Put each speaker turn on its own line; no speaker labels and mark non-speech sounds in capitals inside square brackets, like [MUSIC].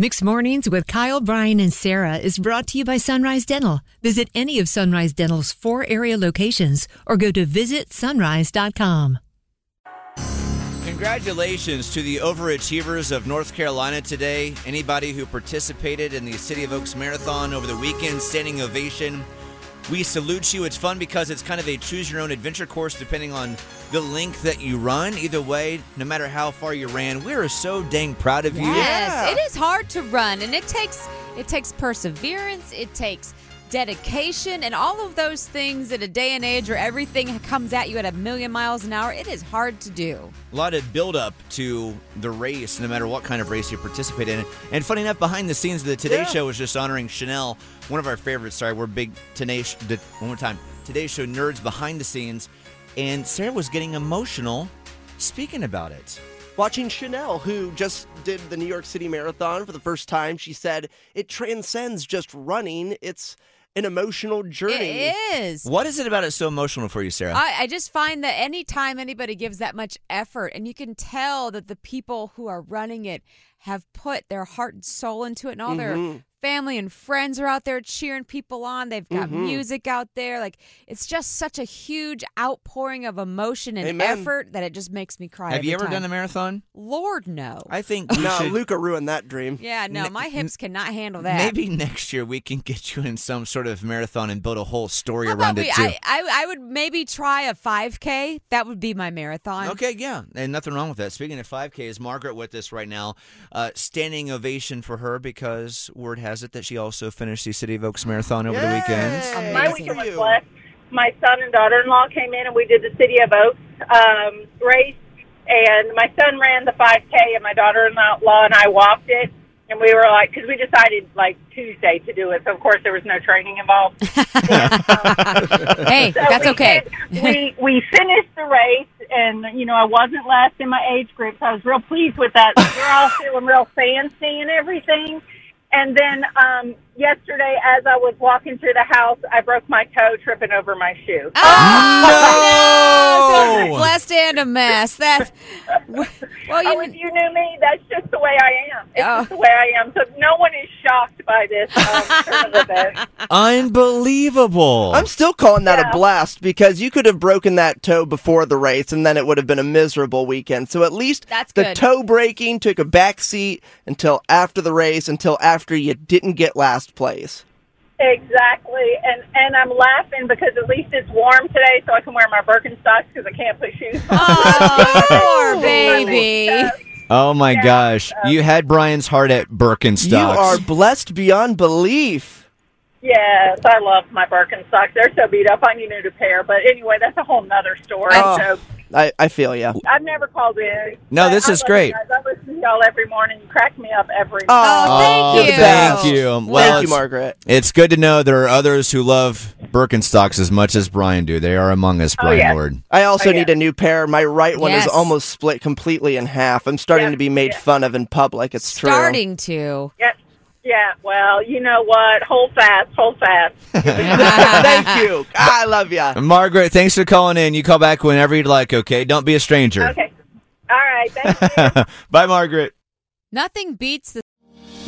Mixed Mornings with Kyle, Brian, and Sarah is brought to you by Sunrise Dental. Visit any of Sunrise Dental's four area locations or go to visitsunrise.com.
Congratulations to the overachievers of North Carolina today. Anybody who participated in the City of Oaks Marathon over the weekend, standing ovation. We salute you. It's fun because it's kind of a choose your own adventure course depending on the length that you run. Either way, no matter how far you ran, we are so dang proud of you.
Yes, it is hard to run, and it takes it takes perseverance. It takes dedication and all of those things in a day and age where everything comes at you at a million miles an hour. It is hard to do.
A lot of build up to the race, no matter what kind of race you participate in. And funny enough, behind the scenes, the Today Show was just honoring Chanel, one of our favorites. Sorry, we're big Today Sh- the- one more time. Today Show nerds behind the scenes, and Sarah was getting emotional speaking about it.
Watching Chanel, who just did the New York City Marathon for the first time, she said, It transcends just running. It's an emotional journey.
It is.
What is it about it so emotional for you, Sarah?
I, I just find that anytime anybody gives that much effort, and you can tell that the people who are running it have put their heart and soul into it, and all
Mm-hmm.
their family and friends are out there cheering people on. They've got
Mm-hmm.
music out there. Like, it's just such a huge outpouring of emotion and
Amen.
effort that it just makes me cry.
Have you
every
ever
time.
done a marathon?
Lord, no.
I think we
No,
should-
Luca ruined that dream.
yeah, no,
n-
my hips cannot handle that.
Maybe next year we can get you in some sort of marathon and build a whole story
How
around
about we,
it too.
I, I, I would maybe try a 5K. That would be my marathon.
Okay, yeah, and nothing wrong with that. Speaking of 5Ks, Margaret with us right now. Uh, standing ovation for her because word has it that she also finished the City of Oaks Marathon over the weekend.
Amazing.
My
Good
weekend
for
was blessed. My son and daughter-in-law came in, and we did the City of Oaks um, race. And my son ran the 5K, and my daughter-in-law and I walked it. And we were like, because we decided like Tuesday to do it, so of course there was no training involved.
Hey, [LAUGHS] that's
we
okay.
did- we we finished the race, and you know I wasn't last in my age group, so I was real pleased
[LAUGHS]
with that. We're all feeling real fancy and everything. And then um, yesterday, as I was walking through the house, I broke my toe tripping over my shoe.
Oh,
No!
so blessed and a mess. That [LAUGHS] well,
Oh,
you,
if you knew me, that's just the way I am. It's
Oh.
just the way I am. So no one is shocked by this um, turn of events.
[LAUGHS]
Unbelievable.
I'm still calling that a blast because you could have broken that toe before the race and then it would have been a miserable weekend. So at least
That's
the
good.
toe breaking took a backseat until after the race, until after you didn't get last place.
Exactly, and and I'm laughing because at least it's warm today, so I can wear my Birkenstocks because I can't put shoes. on.
oh, poor baby.
oh my gosh, you had Brian's heart at Birkenstocks.
You are blessed beyond belief.
Yes, I love my Birkenstocks. They're so beat up. I need a new pair. But anyway, that's a whole nother story.
Oh.
So
I, I feel you.
I've never called in.
No,
but
this
I
is
love
great.
you guys. I listen to y'all every morning. You crack me up every.
Oh,
Oh,
thank you.
thank you. Well,
Thank you,
it's-
Margaret.
It's good to know there are others who love Birkenstocks as much as Brian do. They are among us, Brian
yeah.
Lord.
I also need a new pair. My right one
Oh, Yes.
is almost split completely in half. I'm starting to be made fun of in public. It's true.
Starting to. [LAUGHS]
Yeah, yeah. Well, you know what? Hold fast. Hold
[LAUGHS]
fast.
Thank
[LAUGHS]
you. I love ya.
Margaret, thanks for calling in. You call back whenever you'd like, okay? Don't be a stranger.
Okay. All right. Thank you.
[LAUGHS] Bye, Margaret.
Nothing beats the